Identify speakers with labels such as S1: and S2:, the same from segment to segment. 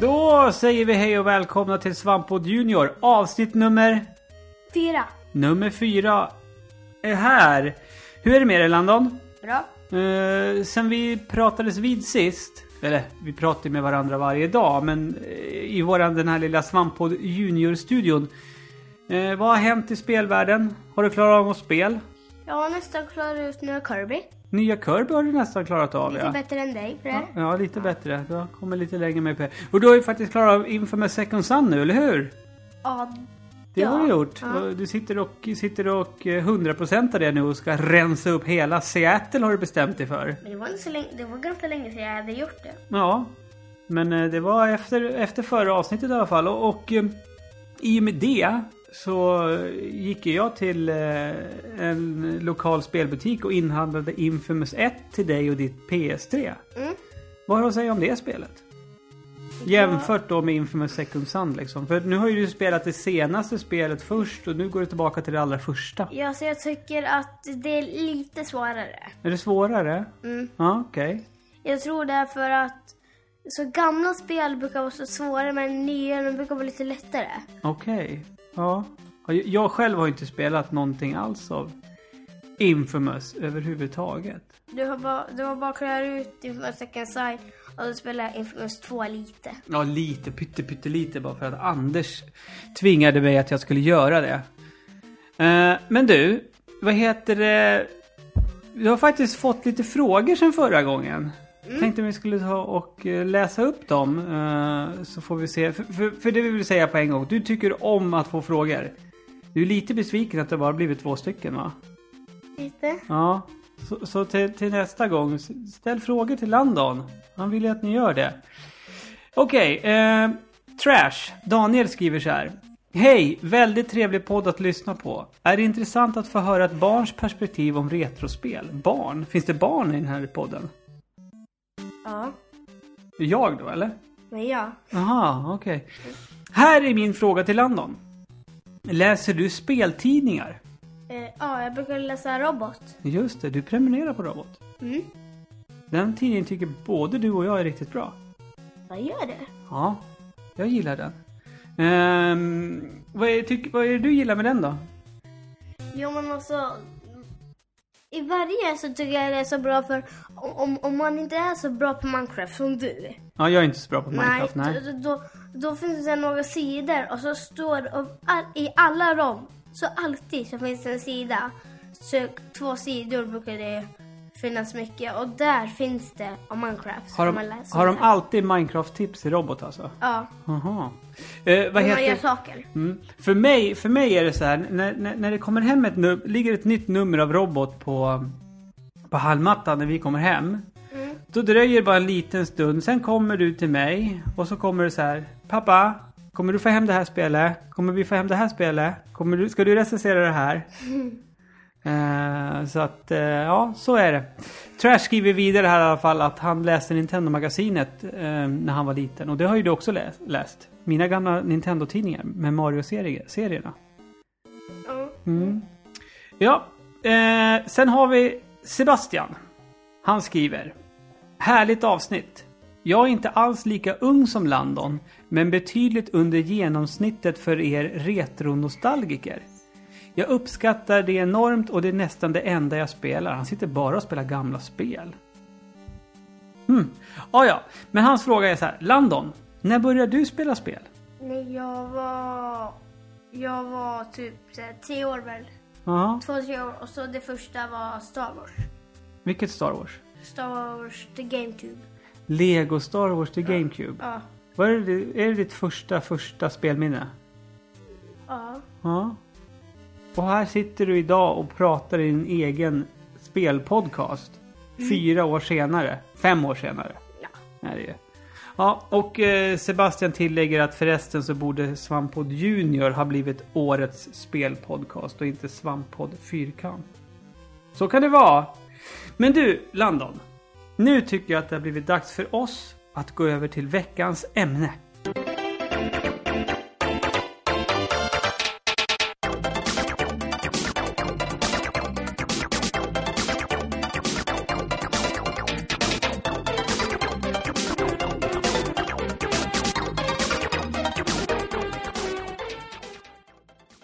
S1: Då säger vi hej och välkomna till Svampod Junior. Avsnitt nummer...
S2: Fyra.
S1: Nummer fyra är här. Hur är det med dig Landon?
S2: Bra.
S1: Eh, sen vi pratades vid sist, eller vi pratar ju med varandra varje dag, men eh, i våran den här lilla Svampod Junior-studion. Eh, vad har hänt i spelvärlden? Har du klarat av något spel?
S2: Jag har nästan klarat ut nu Kirby.
S1: Nya Kirby har du nästan klarat av
S2: Lite
S1: ja.
S2: bättre än dig på det här.
S1: Ja, lite bättre. Du har kommit lite längre med Per. Och du har ju faktiskt klarat av Infamous Second Sun nu, eller hur?
S2: Ja.
S1: Det
S2: Ja.
S1: har du gjort.
S2: Ja.
S1: Och Du sitter och, sitter och eh, 100% det nu och ska rensa upp hela Seattle har du bestämt dig för.
S2: Men det var, inte så länge, det var ganska länge sedan jag hade gjort det.
S1: Ja, men eh, det var efter, efter förra avsnittet i alla fall. Och, och eh, i och med det så eh, gick ju jag till eh, en lokal spelbutik och inhandlade Infamous 1 till dig och ditt PS3.
S2: Mm.
S1: Vad har du att säga om det spelet? Jämfört då med Infamous Second Sun liksom. För nu har ju du spelat det senaste spelet först och nu går du tillbaka till det allra första.
S2: Ja, så jag tycker att det är lite svårare.
S1: Är det svårare?
S2: Mm.
S1: Ja, okej.
S2: Jag tror det är för att så gamla spel brukar vara så svåra men nya de brukar vara lite lättare.
S1: Okej. Ja. Ja, jag- Jag själv har ju inte spelat någonting alls av Infamous överhuvudtaget.
S2: Du har bara, du har bara klarat ut Infamous Second Sight och då spelar jag Infamous 2 lite.
S1: Ja, lite, pytte, pytte lite bara för att Anders tvingade mig att jag skulle göra det. Eh, men du, vad heter det? Du har faktiskt fått lite frågor sedan förra gången. Tänkte vi skulle ta och eh, läsa upp dem eh, så får vi se. För, för, för det vill vi säga på en gång, du tycker om att få frågor. Du är lite besviken att det bara blivit två stycken va?
S2: Lite?
S1: Ja, så, så till, till nästa gång, s- ställ frågor till Landon. Han vill ju att ni gör det. Okej, eh, Trash. Daniel skriver så här. Hej, väldigt trevlig podd att lyssna på. Är det intressant att få höra ett barns perspektiv om retrospel? Barn? Finns det barn i den här podden?
S2: Ja.
S1: Jag då, eller?
S2: Men ja.
S1: Aha, okej. Här är min fråga till Landon. Läser du speltidningar?
S2: Eh, ja, jag brukar läsa Robot.
S1: Just det, du prenumererar på Robot.
S2: Mm.
S1: Den tidningen tycker både du och jag är riktigt bra.
S2: Vad gör du?
S1: Ja, jag gillar den. Ehm, vad, är, tyck, vad är det du gillar med den då?
S2: Jo men alltså. I varje så tycker jag det är så bra för om, om man inte är så bra på Minecraft som du.
S1: Ja, jag är inte så bra på Minecraft. Nej.
S2: då- Då, då finns det några sidor och så står av all, i alla dem. Så alltid så finns det en sida. Så två sidor brukar det finnas mycket och där finns det om Minecraft.
S1: Har
S2: som man
S1: de,
S2: läser
S1: har de
S2: där.
S1: alltid Minecraft-tips i robot alltså?
S2: Ja,
S1: Aha. Eh, vad
S2: när man gör
S1: heter...
S2: saker.
S1: Mm. För, mig, för mig är det så här, när, när, när det kommer hem ett num- ligger ett nytt nummer av robot på, på hallmattan när vi kommer hem.
S2: Mm.
S1: Då dröjer det bara en liten stund, sen kommer du till mig och så kommer det så här. Pappa, kommer du få hem det här spelet? Kommer vi få hem det här spelet? Kommer du, ska du recensera det här? Eh, så att, eh, ja, så är det. Trash skriver vidare här i alla fall att han läste Nintendo-magasinet eh, när han var liten. Och det har ju du också läst. läst. Mina gamla Nintendo-tidningar med Mario-serierna.
S2: Ja.
S1: Mm. Ja, eh, sen har vi Sebastian. Han skriver. Härligt avsnitt. Jag är inte alls lika ung som Landon, men betydligt under genomsnittet för er retronostalgiker. Jag uppskattar det enormt och det är nästan det enda jag spelar. Han sitter bara och spelar gamla spel. Hmm. Ah, ja, men hans fråga är så här. Landon, när började du spela spel?
S2: När jag var... Jag var typ så här, tio år väl.
S1: Ja,
S2: Två, tre år. Och så det första var Star Wars.
S1: vilket Star Wars?
S2: Star Wars The GameCube.
S1: Lego Star Wars till GameCube.
S2: Ja.
S1: Vad är, det, är det ditt första, första spelminne?
S2: Ja.
S1: Ja. Och här sitter du idag och pratar i din egen spelpodcast. Fyra år senare. Fem år senare.
S2: Ja.
S1: Är det. ju. Ja, och eh, Sebastian tillägger att förresten så borde Svampod Junior ha blivit årets spelpodcast och inte Svampod Fyrkant. Så kan det vara. Men du, Landon. Nu tycker jag att det har blivit dags för oss att gå över till veckans ämne.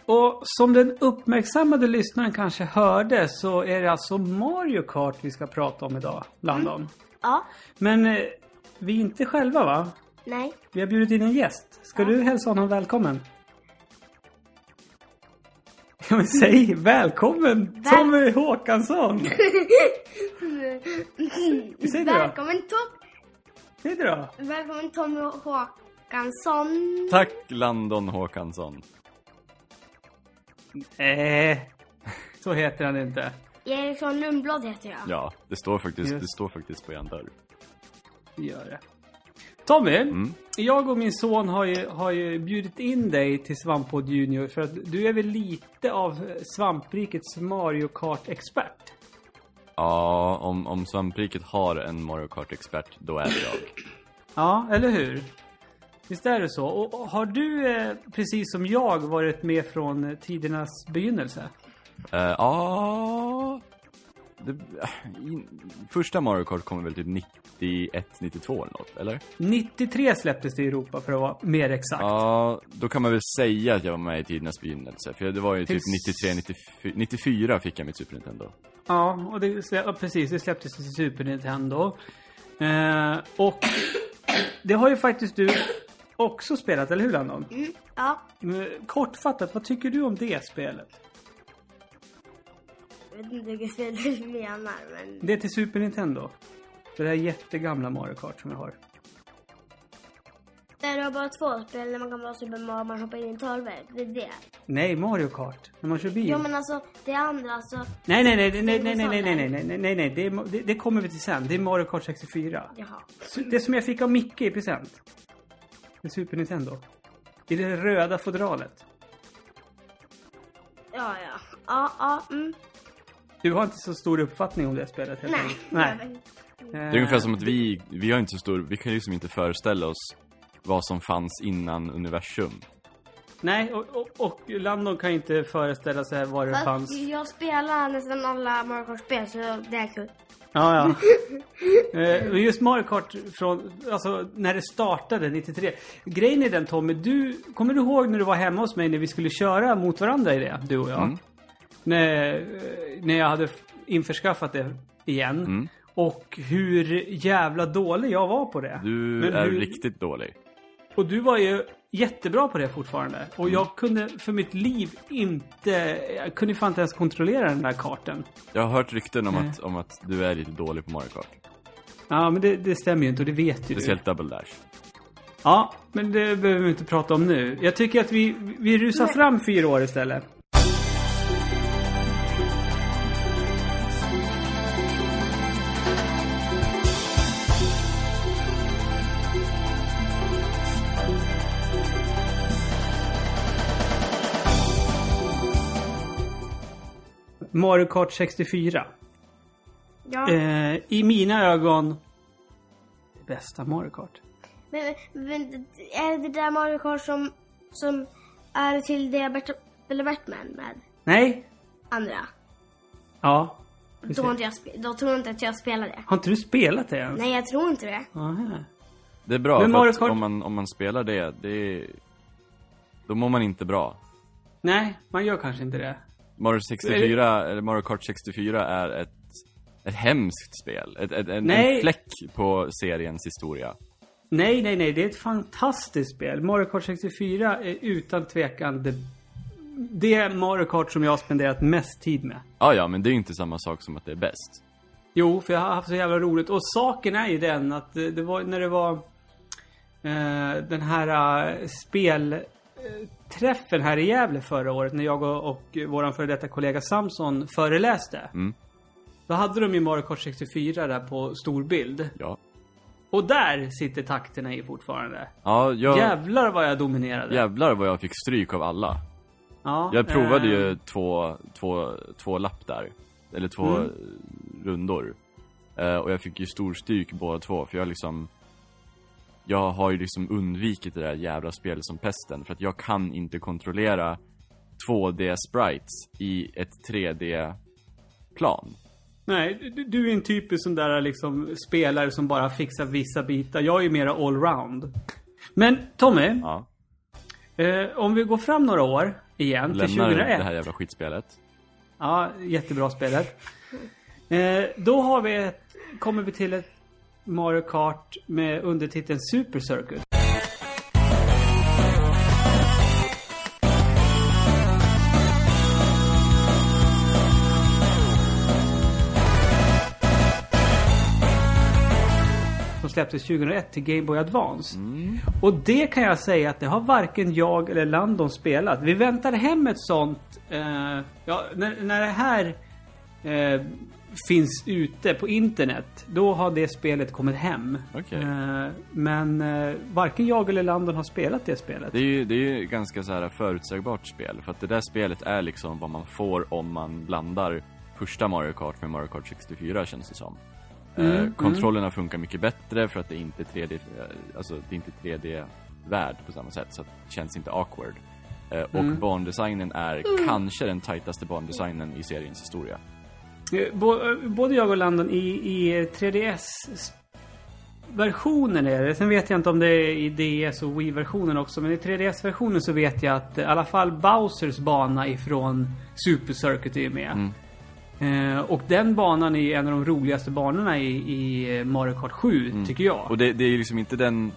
S1: Och som den uppmärksammade lyssnaren kanske hörde så är det alltså Mario Kart vi ska prata om idag, Landon.
S2: Ja.
S1: Men eh, vi är inte själva va?
S2: Nej.
S1: Vi har bjudit in en gäst. Ska du hälsa honom välkommen? Ja men säg välkommen Tommy Håkansson! Säg det då.
S2: Välkommen, Tom,
S1: Säg det då.
S2: välkommen Tommy Håkansson.
S3: Tack Landon Håkansson.
S1: Nej, Eh, så heter han inte.
S2: Eriksson Lundblad heter jag.
S3: Ja, det står faktiskt,
S1: Yes.
S3: det står faktiskt på en dörr.
S1: Det gör det. Tommy, jag och min son har ju, har ju bjudit in dig till Svamppodd Junior för att du är väl lite av svamprikets Mario Kart-expert?
S3: Ja, om, om svampriket har en Mario Kart-expert, då är det jag.
S1: Ja, eller hur? Visst är det så? Och och har du, eh, precis som jag, varit med från eh, tidernas begynnelse?
S3: Eh, Ja... det, i, första Mario Kart kom väl typ 91, 92 eller något, eller?
S1: 93 släpptes det i Europa för att vara mer exakt.
S3: Ja, då kan man väl säga att jag var med i tidernas begynnelse. För det var ju typ
S1: Tills-
S3: 93, 94, 94 fick jag mitt Super Nintendo.
S1: Ja, och det, slä- ja, precis. Det släpptes till Super Nintendo. Eh, och det har ju faktiskt du också spelat, eller hur Landon?
S2: Mm, ja.
S1: Mm, Kortfattat, vad tycker du om det spelet?
S2: Jag vet inte vilket spel du menar, men...
S1: Det är till Super Nintendo. Det där jättegamla Mario Kart som jag har.
S2: Där du har bara två spel när man kan vara Super Mario och man hoppar in i en torvväg. Det är det.
S1: Nej, Mario Kart. När man kör bil.
S2: Ja, men alltså det andra alltså.
S1: Nej, nej, nej, nej, nej, nej, nej, nej, nej, nej, nej, nej, nej, det, är Ma- det, det kommer vi till sen. Det är Mario Kart 64.
S2: Jaha.
S1: Så Det som jag fick av Micke i present. Till Super Nintendo. I det röda fodralet.
S2: Ja, ja. Ja, ja. Mm.
S1: Du har inte så stor uppfattning om det spelet helt
S2: Nej.
S1: enkelt.
S2: Nej.
S1: nej. Eh.
S3: Det är ungefär som att vi, vi har inte så stor, vi kan ju liksom inte föreställa oss vad som fanns innan universum.
S1: Eh, Nej, och, och, och Landon kan ju inte föreställa sig vad det
S2: Fast
S1: fanns.
S2: jag spelar nästan alla Mario Kart-spel så det är kul.
S1: Ja, ja. Eh, Men just Mario Kart från, alltså när det startade 93. Grejen är den Tommy, du, kommer du ihåg när du var hemma hos mig när vi skulle köra mot varandra i det, du och jag?
S3: Mm.
S1: När, eh, när jag hade f- införskaffat det igen.
S3: Mm.
S1: Och hur jävla dålig jag var på det.
S3: Du
S1: Men
S3: är
S1: hur-
S3: riktigt dålig.
S1: Och du var ju jättebra på det fortfarande. Och
S3: Mm.
S1: jag kunde för mitt liv inte, jag kunde fan inte ens kontrollera den där kartan.
S3: Jag har hört rykten om, att, om att du är lite dålig på Mario Kart.
S1: Ja, men det, det stämmer ju inte och det vet ju du.
S3: Speciellt Double Dash.
S1: Ja, men det behöver vi inte prata om nu. Jag tycker att vi, vi rusar fram fyra år istället. Mario Kart 64.
S2: Ja.
S1: Eh, I mina ögon det bästa Mario Kart.
S2: Men, men är det där Mario Kart som, som är till det Bert, eller Batman med
S1: Nej,
S2: andra?
S1: Ja. precis.
S2: Då, har inte jag, spe- då tror jag inte att jag spelar det.
S1: Har inte du spelat det ens?
S2: Nej, jag tror inte det.
S1: Aha.
S3: Det är bra,
S1: Men
S3: för
S1: Mario
S3: att
S1: Kart-
S3: om man, om man spelar det, det är... Då mår man inte bra.
S1: Nej, man gör kanske inte det.
S3: Mario 64, eller Mario Kart 64 är ett, ett hemskt spel. Ett, ett, en,
S1: Nej.
S3: en fläck på seriens historia.
S1: Nej, nej, nej. Det är ett fantastiskt spel. Mario Kart 64 är utan tvekan det, det Mario Kart som jag har spenderat mest tid med.
S3: Ah, ja, men det är ju inte samma sak som att det är bäst.
S1: Jo, för jag har haft så jävla roligt. Och saken är ju den att det, det var när det var eh, den här eh, spel eh, träffen här i Gävle förra året när jag och, och våran före detta kollega Samson föreläste.
S3: Mm.
S1: Då hade de ju Mario Kart 64 där på stor bild.
S3: Ja.
S1: Och där sitter takterna i fortfarande.
S3: Ja, jag...
S1: Jävlar vad jag dominerade.
S3: Jävlar vad jag fick stryk av alla.
S1: Ja,
S3: Jag provade
S1: eh,
S3: ju två, två, två lapp där. Eller två eh, rundor. Eh, och jag fick ju stor stryk båda två. För jag liksom... Jag har ju liksom undvikit det där jävla spelet som pesten. För att jag kan inte kontrollera 2D-sprites i ett 3D-plan.
S1: Nej, du, du är en typisk sån där liksom spelare som bara fixar vissa bitar. Jag är ju mera allround. Men Tommy,
S3: Ja.
S1: eh, om vi går fram några år igen till
S3: lämnar
S1: 2001.
S3: det här jävla skitspelet.
S1: Ja, jättebra spelet. Eh, då har vi ett, kommer vi till ett Mario Kart med undertiteln Super Circuit. Som släpptes 2001 till Game Boy Advance. Och det kan jag säga att det har varken jag eller Landon spelat. Vi väntar hem ett sånt... Eh, ja, när, när det här eh, finns ute på internet, då har det spelet kommit hem.
S3: Okej.
S1: Eh, men eh, varken jag eller Landon har spelat det spelet.
S3: Det är ju, det är ju ganska så här förutsägbart spel. För att det där spelet är liksom vad man får om man blandar första Mario Kart med Mario Kart 64 känns det som. eh, kontrollerna funkar mycket bättre för att det är inte 3D, eh, alltså det är inte 3D-värld på samma sätt. Så att det känns inte awkward. Eh, och bandesignen är kanske den tajtaste bandesignen i seriens historia.
S1: Eh, bo- eh, Både jag och Landon i, i 3DS-versionen är det. Sen vet jag inte om det är i DS och Wii-versionen också. Men i 3DS-versionen så vet jag att eh, i alla fall Bowsers bana ifrån Super Circuit är ju med. Eh, och den banan är ju en av de roligaste banorna i, i eh, Mario Kart 7, tycker jag.
S3: Och det, det är liksom inte den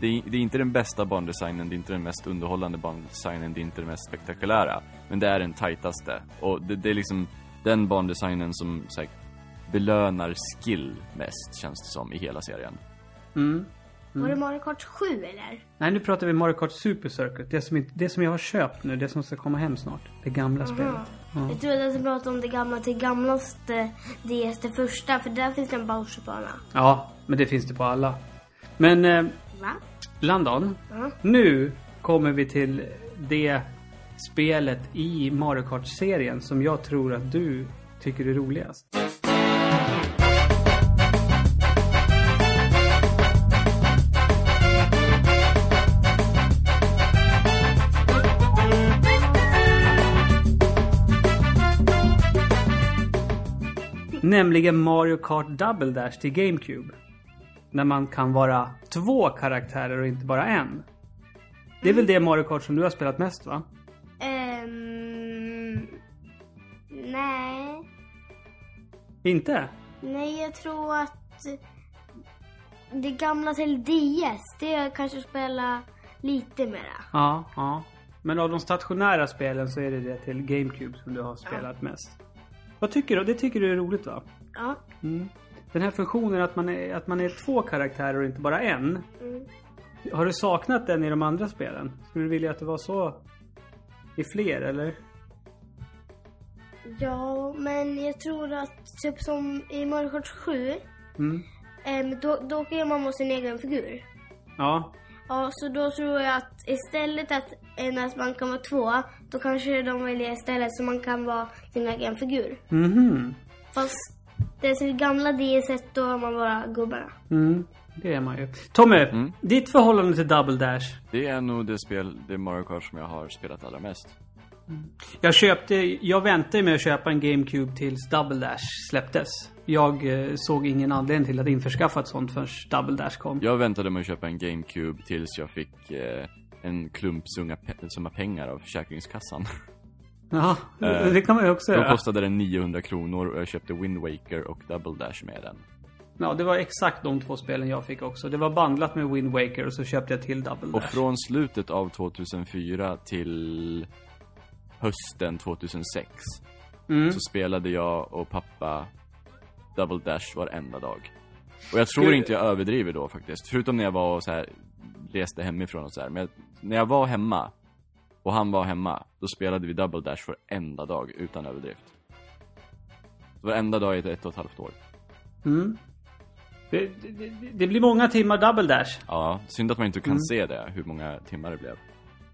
S3: det är, det är inte den bästa bandesignen, det är inte den mest underhållande bandesignen, det är inte den mest spektakulära. Men det är den tajtaste. Och det, det är liksom den bandesignen som så här, belönar skill mest, känns det som, i hela serien.
S2: Var det Mario Kart 7 eller?
S1: Nej, nu pratar vi Mario Kart Super Circuit. Det som, inte, det som jag har köpt nu, det som ska komma hem snart. Det gamla spelet.
S2: Jag trodde att du pratade om det gamla till gamlaste DS, det första, för där finns det en Bowserbana.
S1: Ja, men det finns det på alla. Men... Eh,
S2: Va?
S1: Landon,
S2: Ja.
S1: nu kommer vi till det spelet i Mario Kart-serien som jag tror att du tycker är roligast. Nämligen Mario Kart Double Dash till GameCube när man kan vara två karaktärer och inte bara en. Det är väl det Mario Kart som du har spelat mest va?
S2: Ehm... nej.
S1: Inte?
S2: Nej, jag tror att det gamla till DS, det har jag kanske spelat lite mera.
S1: Ja, ja. Men av de stationära spelen så är det det till GameCube som du har spelat mest. Vad tycker du? Det tycker du är roligt va?
S2: Ja.
S1: Mm. Den här funktionen att man är, att man är två karaktärer och inte bara en. Har du saknat den i de andra spelen? Skulle du vilja att det var så i fler eller?
S2: Ja, men jag tror att typ som i Mario Kart 7,
S1: Mm.
S2: ehm, då, då kan man vara sin egen figur.
S1: Ja,
S2: Ja, så då tror jag att istället att än att man kan vara två, då kanske de väljer istället så man kan vara sin egen figur.
S1: mhm.
S2: Fast det är gamla DS, då har man bara gubbarna.
S1: Mm. Det är man ju. Tommy, ditt förhållande till Double Dash?
S3: Det är nog det spel, det Mario Kart som jag har spelat allra mest.
S1: Jag köpte, jag väntade med att köpa en GameCube tills Double Dash släpptes. Jag eh, såg ingen anledning till att införskaffa ett sånt förrän Double Dash kom.
S3: Jag väntade med att köpa en GameCube tills jag fick eh, en klumpsumma pe- summa pengar av Försäkringskassan.
S1: Ja,
S3: Eh,
S1: det kan man ju också
S3: Då
S1: göra.
S3: kostade den 900 kronor och jag köpte Wind Waker och Double Dash med den.
S1: Ja, det var exakt de två spelen jag fick också. Det var bandlat med Wind Waker och så köpte jag till Double
S3: Och
S1: Dash.
S3: från slutet av 2004 till hösten 2006
S1: Mm.
S3: så spelade jag och pappa Double Dash varenda dag. Och jag tror
S1: Skulle-
S3: inte jag överdriver då faktiskt. Förutom när jag var och så här reste hemifrån och så här. Men jag, när jag var hemma och han var hemma, då spelade vi Double Dash varenda dag utan överdrift. Varenda dag i ett, ett och ett halvt år.
S1: Mm. Det, det, det- det blir många timmar Double Dash.
S3: Ja, synd att man inte kan se det, hur många timmar det blev.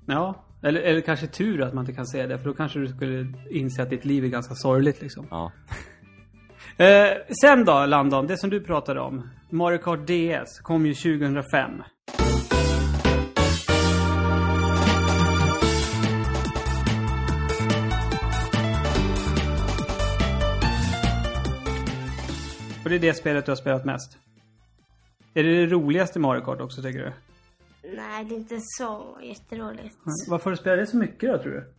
S1: Ja, eller, eller kanske tur att man inte kan se det. För då kanske du skulle inse att ditt liv är ganska sorgligt liksom.
S3: Ja.
S1: Eh, sen då, Landon, det som du pratade om. Mario Kart DS kom ju 2005. Och det är det spelet du har spelat mest? Är det det roligaste Mario Kart också, tycker du?
S2: Nej, det är inte så jätteroligt.
S1: Varför har du spelat det så mycket då, tror du?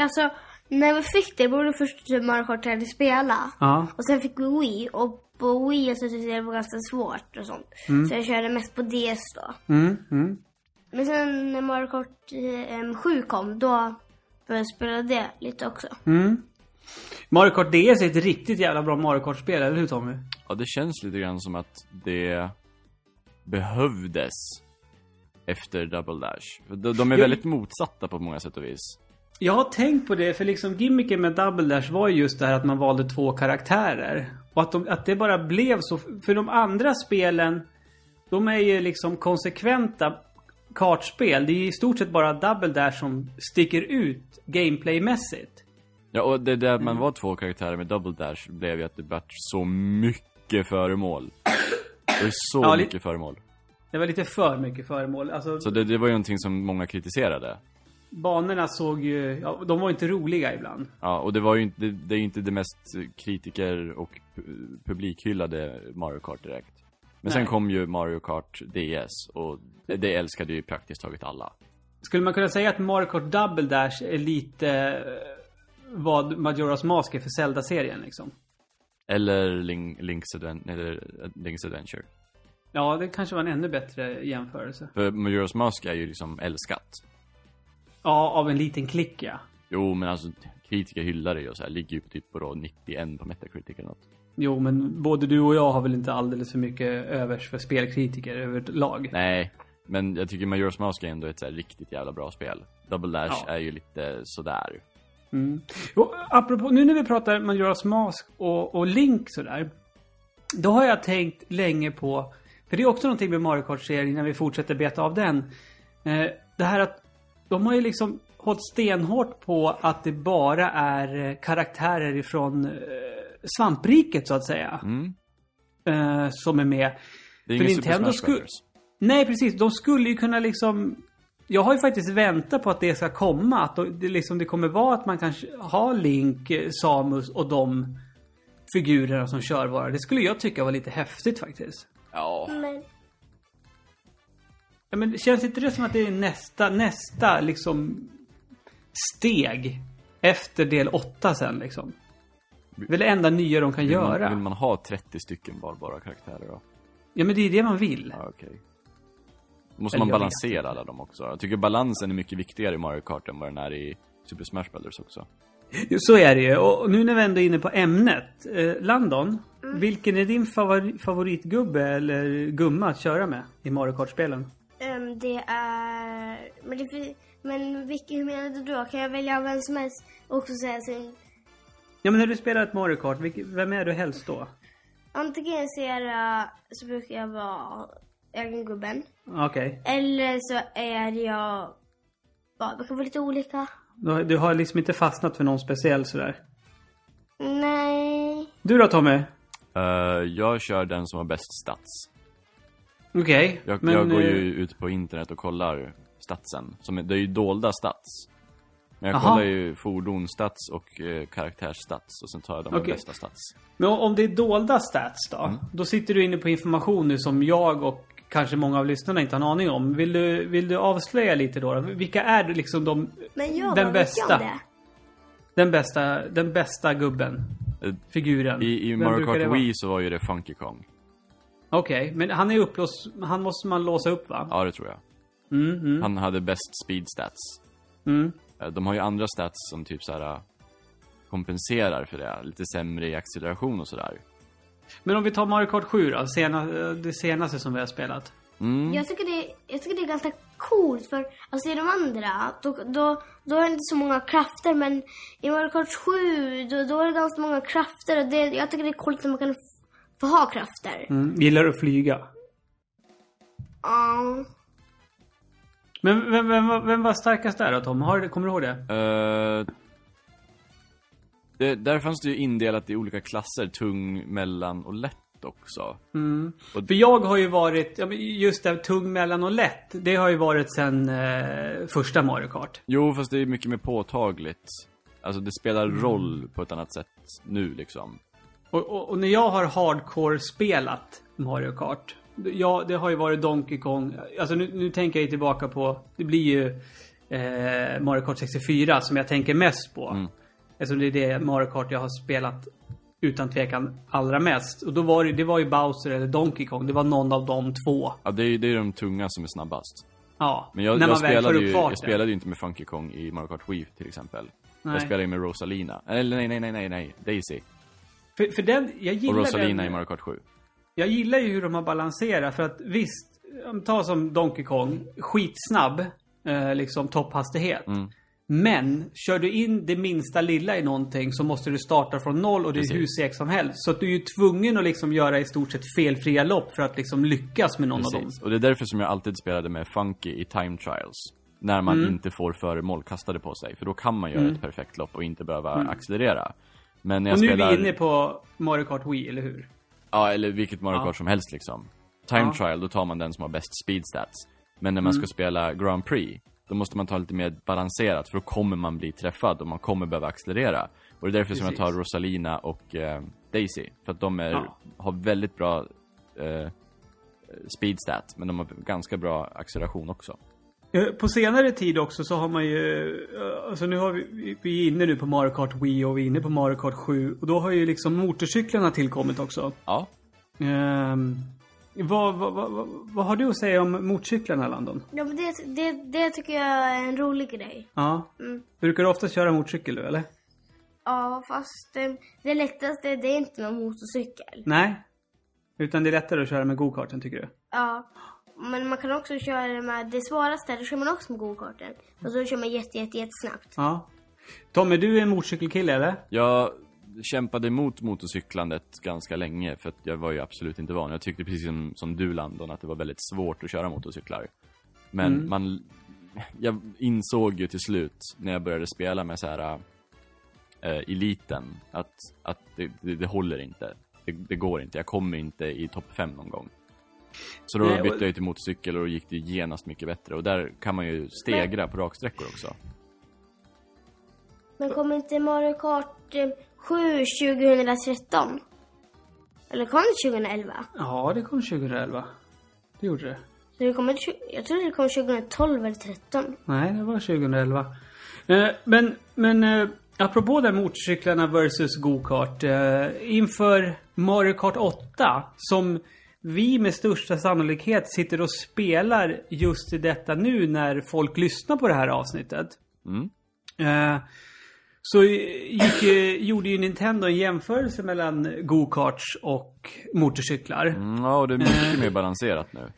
S2: Alltså, när vi fick det borde först typ Mario Kart 3 spela.
S1: Ja.
S2: Och sen fick vi Wii. Och på Wii så tyckte jag det var ganska svårt och sånt. Så jag körde mest på DS då.
S1: Mm, mm.
S2: Men sen när Mario Kart eh, 7 kom, då började jag spela det lite också.
S1: Mm. Mario Kart DS är ett riktigt jävla bra Mario Kart-spel, eller hur Tommy?
S3: Ja, det känns lite grann som att det behövdes efter Double Dash. För De, de är
S1: Jo.
S3: väldigt motsatta på många sätt och vis.
S1: Jag har tänkt på det, för liksom gimmicken med Double Dash var ju just det här att man valde två karaktärer. Och att, de, att det bara blev så. För de andra spelen, de är ju liksom konsekventa kartspel. Det är i stort sett bara Double Dash som sticker ut gameplaymässigt.
S3: Ja, och det där
S1: Mm.
S3: man var två karaktärer med Double Dash blev ju att det vart så mycket föremål. Det var ju så
S1: Ja, li-
S3: mycket föremål.
S1: Det var lite för mycket föremål. Alltså,
S3: Så det, det var ju någonting som många kritiserade.
S1: banorna såg ju... Ja, de var inte roliga ibland.
S3: Ja, och det var ju inte, det, det är ju inte det mest kritiker och pu- publikhyllade Mario Kart direkt. Men sen
S1: Nej.
S3: kom ju Mario Kart DS och det- det älskade ju praktiskt taget alla.
S1: Skulle man kunna säga att Mario Kart Double Dash är lite eh, vad Majoras Mask är för Zelda-serien liksom?
S3: Eller Link, Link's, Adven- eller eh, Link's Adventure.
S1: Ja, det kanske var en ännu bättre jämförelse.
S3: För Majora's Mask är ju liksom älskat.
S1: Ja, av en liten klick ja.
S3: Jo, men alltså kritiker hyllar det ju och så här. Ligger ju på typ på då 91 på Metacritic eller något.
S1: Jo, men både du och jag har väl inte alldeles för mycket övers för spelkritiker överlag.
S3: Nej, men jag tycker Majora's Mask är ändå ett så här riktigt jävla bra spel. Double Dash
S1: Ja.
S3: är ju lite sådär.
S1: Och apropå, nu när vi pratar Majoras Mask och, och Link sådär. Då har jag tänkt länge på, för det är också någonting med Mario Kart-serien när vi fortsätter beta av den. Eh, det här att de har ju liksom hållit stenhårt på att det bara är eh, karaktärer ifrån eh, svampriket så att säga. Eh, som är med.
S3: Mm. Det är
S1: För
S3: ingen Super
S1: Nintendo
S3: Smash
S1: skulle-
S3: Brothers.
S1: Nej, precis. De skulle ju kunna liksom... Jag har ju faktiskt väntat på att det ska komma. Att det, liksom, det kommer vara att man kanske har Link, eh, Samus och de figurerna som kör bara. Det skulle jag tycka var lite häftigt faktiskt.
S3: Ja,
S2: Men
S1: Ja, men känns inte det som att det är nästa, nästa liksom steg efter del 8 sen liksom? Det är väl det enda nya de kan
S3: vill man, vill
S1: göra.
S3: man ha 30 stycken valbara karaktärer då?
S1: Ja, men det är det man vill.
S3: Ja, okej. Måste
S1: Eller
S3: man
S1: jag vet
S3: balansera alla dem också? Jag tycker balansen är mycket viktigare i Mario Kart än vad den är i Super Smash Brothers också.
S1: Jo, Så är det ju. Och nu när vi ändå är inne på ämnet. Eh, Landon, vilken är din favori- favoritgubbe eller gumma att köra med i Mario Kart-spelen?
S2: ehm, det är... Men, det, fin- men vilken hur menar du då? Kan jag välja vem som helst och också säga sin...
S1: Ja, men när du spelar ett Mario Kart, vilk- vem är du helst då?
S2: Antingen så, är jag, så brukar jag vara ögongubben.
S1: Okej,
S2: Eller så är jag... Ja, det kan vara lite olika.
S1: du har- du har liksom inte fastnat för någon speciell sådär.
S2: Nej.
S1: Du då Tommy?
S3: Eh, jag kör den som har bäst stats.
S1: Okej.
S3: Jag,
S1: men,
S3: jag går
S1: eh,
S3: ju ut på internet och kollar statsen. Som, är- det är ju dolda stats. Men jag
S1: Aha.
S3: kollar ju fordonsstats och eh, karaktärsstats och sen tar jag de med
S1: Okej.
S3: bästa stats.
S1: Men om det är dolda stats då?
S3: Mm.
S1: Då sitter du inne på information nu som jag och kanske många av lyssnarna inte har en aning om. Vill du, vill du avslöja lite då? då? Vilka är det liksom de...
S2: Men jag,
S1: Den
S2: vad vet jag
S1: bästa.
S2: om det?
S1: Den bästa, den bästa gubben?
S3: Eh,
S1: Figuren?
S3: I, i
S1: Vem
S3: Mario
S1: brukar det
S3: Kart
S1: vara?
S3: Wii så var ju det Funky Kong.
S1: Okej, men han är upplås... Han måste man låsa upp va?
S3: Ja, det tror jag.
S1: Mm, mm,
S3: Han hade bäst speed stats.
S1: mm.
S3: Eh, De har ju andra stats som typ så här eh, kompenserar för det. Lite sämre i acceleration och sådär.
S1: Men om vi tar Mario Kart 7 då, sena, eh, det senaste som vi har spelat.
S3: Mm.
S2: Jag tycker, det, jag tycker det är ganska coolt för alltså i de andra då, då, då är det inte så många krafter men i Mario Kart 7 då, då är det ganska många krafter och det, jag tycker det är coolt att man kan f- få ha krafter.
S1: Mm. Gillar att flyga.
S2: Ja.
S1: Men vem, vem, var- vem var starkast där då Tom? Har, du- kommer du ihåg det?
S3: Eh, det, där fanns det ju indelat i olika klasser. Tung, mellan och lätt också.
S1: Mm. För jag har ju varit, ja, men just det här tung, mellan och lätt. Det har ju varit sen eh, första Mario Kart.
S3: Jo, fast det är mycket mer påtagligt. Alltså det spelar
S1: Mm.
S3: roll på ett annat sätt nu liksom.
S1: Och, och, och när jag har hardcore-spelat Mario Kart. Ja, det har ju varit Donkey Kong. Alltså nu, nu tänker jag ju tillbaka på, det blir ju eh, Mario Kart 64 som jag tänker mest på.
S3: Mm.
S1: Eftersom det är det Mario Kart jag har spelat utan tvekan allra mest. Och då var det, det var ju Bowser eller Donkey Kong. Det var någon av de två.
S3: Ja, det är ju det är de tunga som är snabbast.
S1: Ja,
S3: Men jag,
S1: när
S3: jag,
S1: man väl får
S3: spelade,
S1: upp
S3: ju,
S1: farten.
S3: jag spelade ju inte med Funky Kong i Mario Kart Wii till exempel.
S1: Nej.
S3: Jag spelade ju med Rosalina. Eller nej, nej, nej, nej, nej. Daisy.
S1: För, för den, jag
S3: Och
S1: gillar
S3: Rosalina i
S1: den.
S3: Mario Kart 7.
S1: Jag gillar ju hur de har balanserat för att visst, om ta som Donkey Kong, skitsnabb, eh, liksom topphastighet.
S3: Mm.
S1: Men kör du in det minsta lilla i någonting så måste du starta från noll och det är
S3: Precis.
S1: hur segt som helst. Så att du är ju tvungen att liksom göra i stort sett felfria lopp för att liksom lyckas med någon av dem.
S3: Precis. Och det är därför som jag alltid spelade med Funky i Time Trials. När man
S1: Mm.
S3: inte får föremål kastade på sig. För då kan man göra ett perfekt lopp och inte behöva accelerera. Men när jag
S1: Mm. Och nu
S3: spelar...
S1: är vi inne på Mario Kart Wii, eller hur?
S3: Ja, eller vilket Mario Kart som helst liksom. Time trial, då tar man den som har bäst speed stats. Men när man ska spela Grand Prix, då måste man ta lite mer balanserat för då kommer man bli träffad och man kommer behöva accelerera. Och det är därför som jag
S1: Precis.
S3: tar Rosalina och eh, Daisy. För att de är,
S1: Ja.
S3: har väldigt bra eh, speed stat, men de har ganska bra acceleration också.
S1: Eh, På senare tid också så har man ju, eh, alltså nu har vi, vi är inne nu på Mario Kart Wii och vi är inne på Mario Kart 7 och då har ju liksom motorcyklarna tillkommit också.
S3: Ja,
S1: Ehm, vad, vad, vad, vad, vad har du att säga om motorcyklarna Landon?
S2: Ja, men det, det, det tycker jag är en rolig grej.
S1: Ja.
S2: Mm.
S1: Brukar du ofta köra motorcykel du eller?
S2: Ja, fast eh, det lättaste det är inte någon motorcykel.
S1: Nej. Utan det är lättare att köra med go-karten tycker du?
S2: Ja, men man kan också köra det med det svåraste. Då kör man också med go-karten. Och så kör man jätte, jätte, jättesnabbt.
S1: Ja. Tommy, du är en motorcykelkille eller?
S3: Jag kämpade emot motorcyklandet ganska länge för att jag var ju absolut inte van. Jag tyckte precis som, som du Landon att det var väldigt svårt att köra motorcyklar. Men
S1: Mm.
S3: man, jag insåg ju till slut när jag började spela med så här eh, eliten att, att det, det, det håller inte. Det, det går inte. Jag kommer inte i topp 5 någon gång. Så då
S1: Nej, och-
S3: bytte jag ju till motorcykel och då gick det ju genast mycket bättre. Och där kan man ju stegra på raksträckor också.
S2: Men kommer inte Mario Kart eh, 7 2013? Eller kom det 2011?
S1: Ja, det kom 2011. Det gjorde det.
S2: Så det kommer, tju- jag tror det kom 2012 eller 2013.
S1: Nej, det var 2011. Eh, Men, men eh, apropå där motorcyklarna versus go-kart. eh, Inför Mario Kart 8 som vi med största sannolikhet sitter och spelar just i detta nu när folk lyssnar på det här avsnittet.
S3: Mm.
S1: Eh, Så gick, ju- gjorde ju Nintendo en jämförelse mellan go-karts och motorcyklar.
S3: Mm, ja, och det är mycket mer balanserat nu.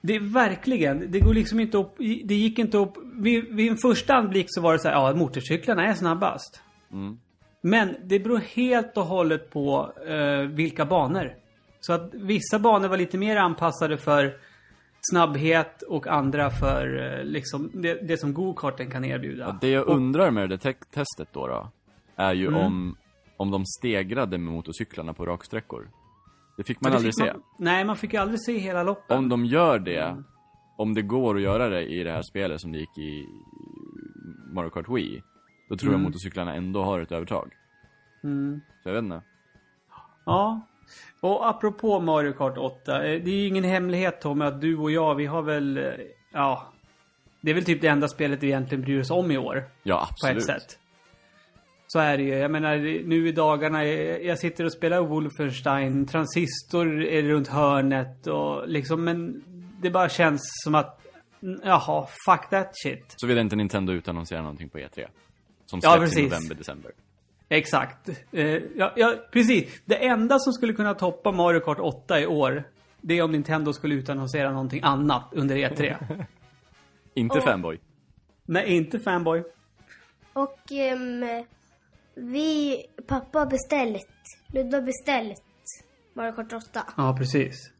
S1: Det är verkligen, det går liksom inte upp, det gick inte upp. Vid, vid en första anblick så var det så här, ja motorcyklarna är snabbast.
S3: Mm.
S1: Men det beror helt och hållet på eh, vilka banor. Så att vissa banor var lite mer anpassade för snabbhet och andra för eh, liksom det, det som go-karten kan erbjuda.
S3: Det jag undrar med det te- testet då, då är ju
S1: Mm.
S3: om, om de stegrade med motorcyklarna på raksträckor. Det fick man
S1: Det
S3: aldrig
S1: fick
S3: se.
S1: man- Mm. Nej, man fick ju aldrig se hela loppet.
S3: Om de gör det, om det går att göra det i det här spelet som det gick i Mario Kart Wii, då tror
S1: Mm.
S3: jag motorcyklarna ändå har ett övertag. Så jag vet inte.
S1: Ja. Och apropå Mario Kart 8. eh, Det är ju ingen hemlighet Tommy att du och jag, vi har väl... eh, Ja. Det är väl typ det enda spelet vi egentligen bryr oss om i år.
S3: Ja,
S1: På
S3: absolut.
S1: ett sätt. Så är det ju. Jag menar det- nu i dagarna. eh, Jag sitter och spelar Wolfenstein. Transistor är runt hörnet och liksom men... Det bara känns som att... mm, Jaha, fuck that shit.
S3: Såvida inte Nintendo utannonserar någonting på E3. Som
S1: Ja,
S3: släpps i
S1: precis.
S3: november, december.
S1: Exakt. Eh, ja, ja, precis. Det enda som skulle kunna toppa Mario Kart 8 i år, det är om Nintendo skulle utannonsera någonting annat under E E3.
S3: Inte Fanboy.
S1: Nej, inte Fanboy.
S2: Och ehm, vi, pappa har beställt, Ludde har beställt Mario Kart 8.
S1: Ja, precis.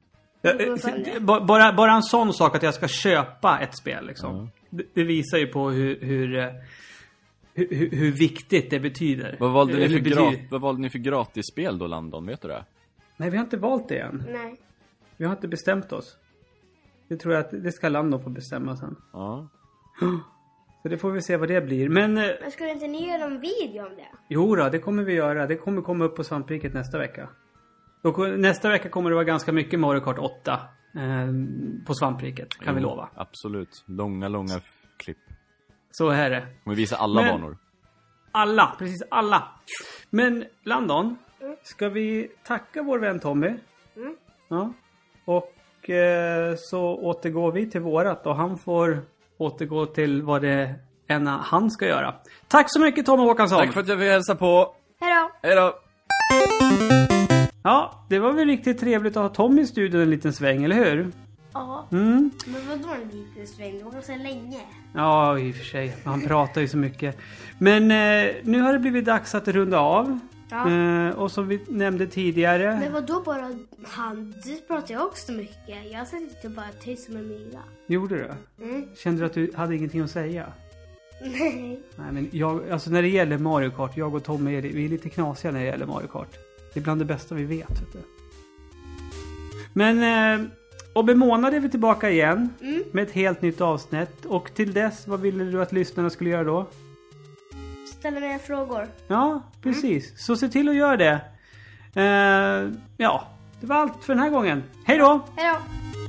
S1: Ja, eh,
S2: Vad fan
S1: b- bara, bara en sån sak att jag ska köpa ett spel liksom. Det, det visar ju på hur, hur, eh, hur, hur- hur viktigt det betyder.
S3: Vad valde, ni
S1: Eller
S3: för
S1: betyder-
S3: gra- vad valde ni för gratisspel då, Landon? Vet du det?
S1: Nej, vi har inte valt det än.
S2: Nej.
S1: Vi har inte bestämt oss. Det tror jag att det ska Lando få bestämma sen.
S3: Ja.
S1: Så det får vi se vad det blir. Men eh,
S2: Men skulle inte ni göra en video om det?
S1: Jo då, det kommer vi göra. Det kommer komma upp på svampriket nästa vecka. Och ko- nästa vecka kommer det vara ganska mycket Mario Kart 8 eh, på svampriket, kan vi
S3: Jo,
S1: lova.
S3: Absolut. Långa, långa f- klipp.
S1: Så är det.
S3: Kommer visa alla
S1: Men-
S3: banor.
S1: Alla, precis alla. Men Landon, ska vi tacka vår vän Tommy? Ja. Och eh, så återgår vi till vårat och han får återgå till vad det än han ska göra. Tack så mycket Tommy Håkansson!
S3: Tack för att jag fick hälsa på.
S2: Hejdå!
S3: Hej då.
S1: Ja, det var väl riktigt trevligt att ha Tommy i studion en liten sväng, eller hur?
S2: Ja,
S1: Mm.
S2: men vadå en liten sväng? Det var ganska länge.
S1: Ja, i och för sig. Han pratar ju så mycket. Men eh, nu har det blivit dags att runda av.
S2: Ja.
S1: Eh, och som vi nämnde tidigare.
S2: Men vadå bara han? Du pratar ju också mycket. Jag satt inte bara tyst som en myra.
S1: Gjorde du?
S2: Mm.
S1: Kände du att du hade ingenting att säga?
S2: Nej.
S1: Nej, men jag, alltså när det gäller Mario Kart, jag och Tommy är, vi är lite knasiga när det gäller Mario Kart. Det är bland det bästa vi vet. Vet du. Men eh, om en månad är vi tillbaka igen
S2: Mm.
S1: med ett helt nytt avsnitt. Och till dess, vad ville du att lyssnarna skulle göra då?
S2: Ställa mina frågor.
S1: Ja, precis. Så se till att göra det. Eh, ja, det var allt för den här gången. Hej då!
S2: Hejdå!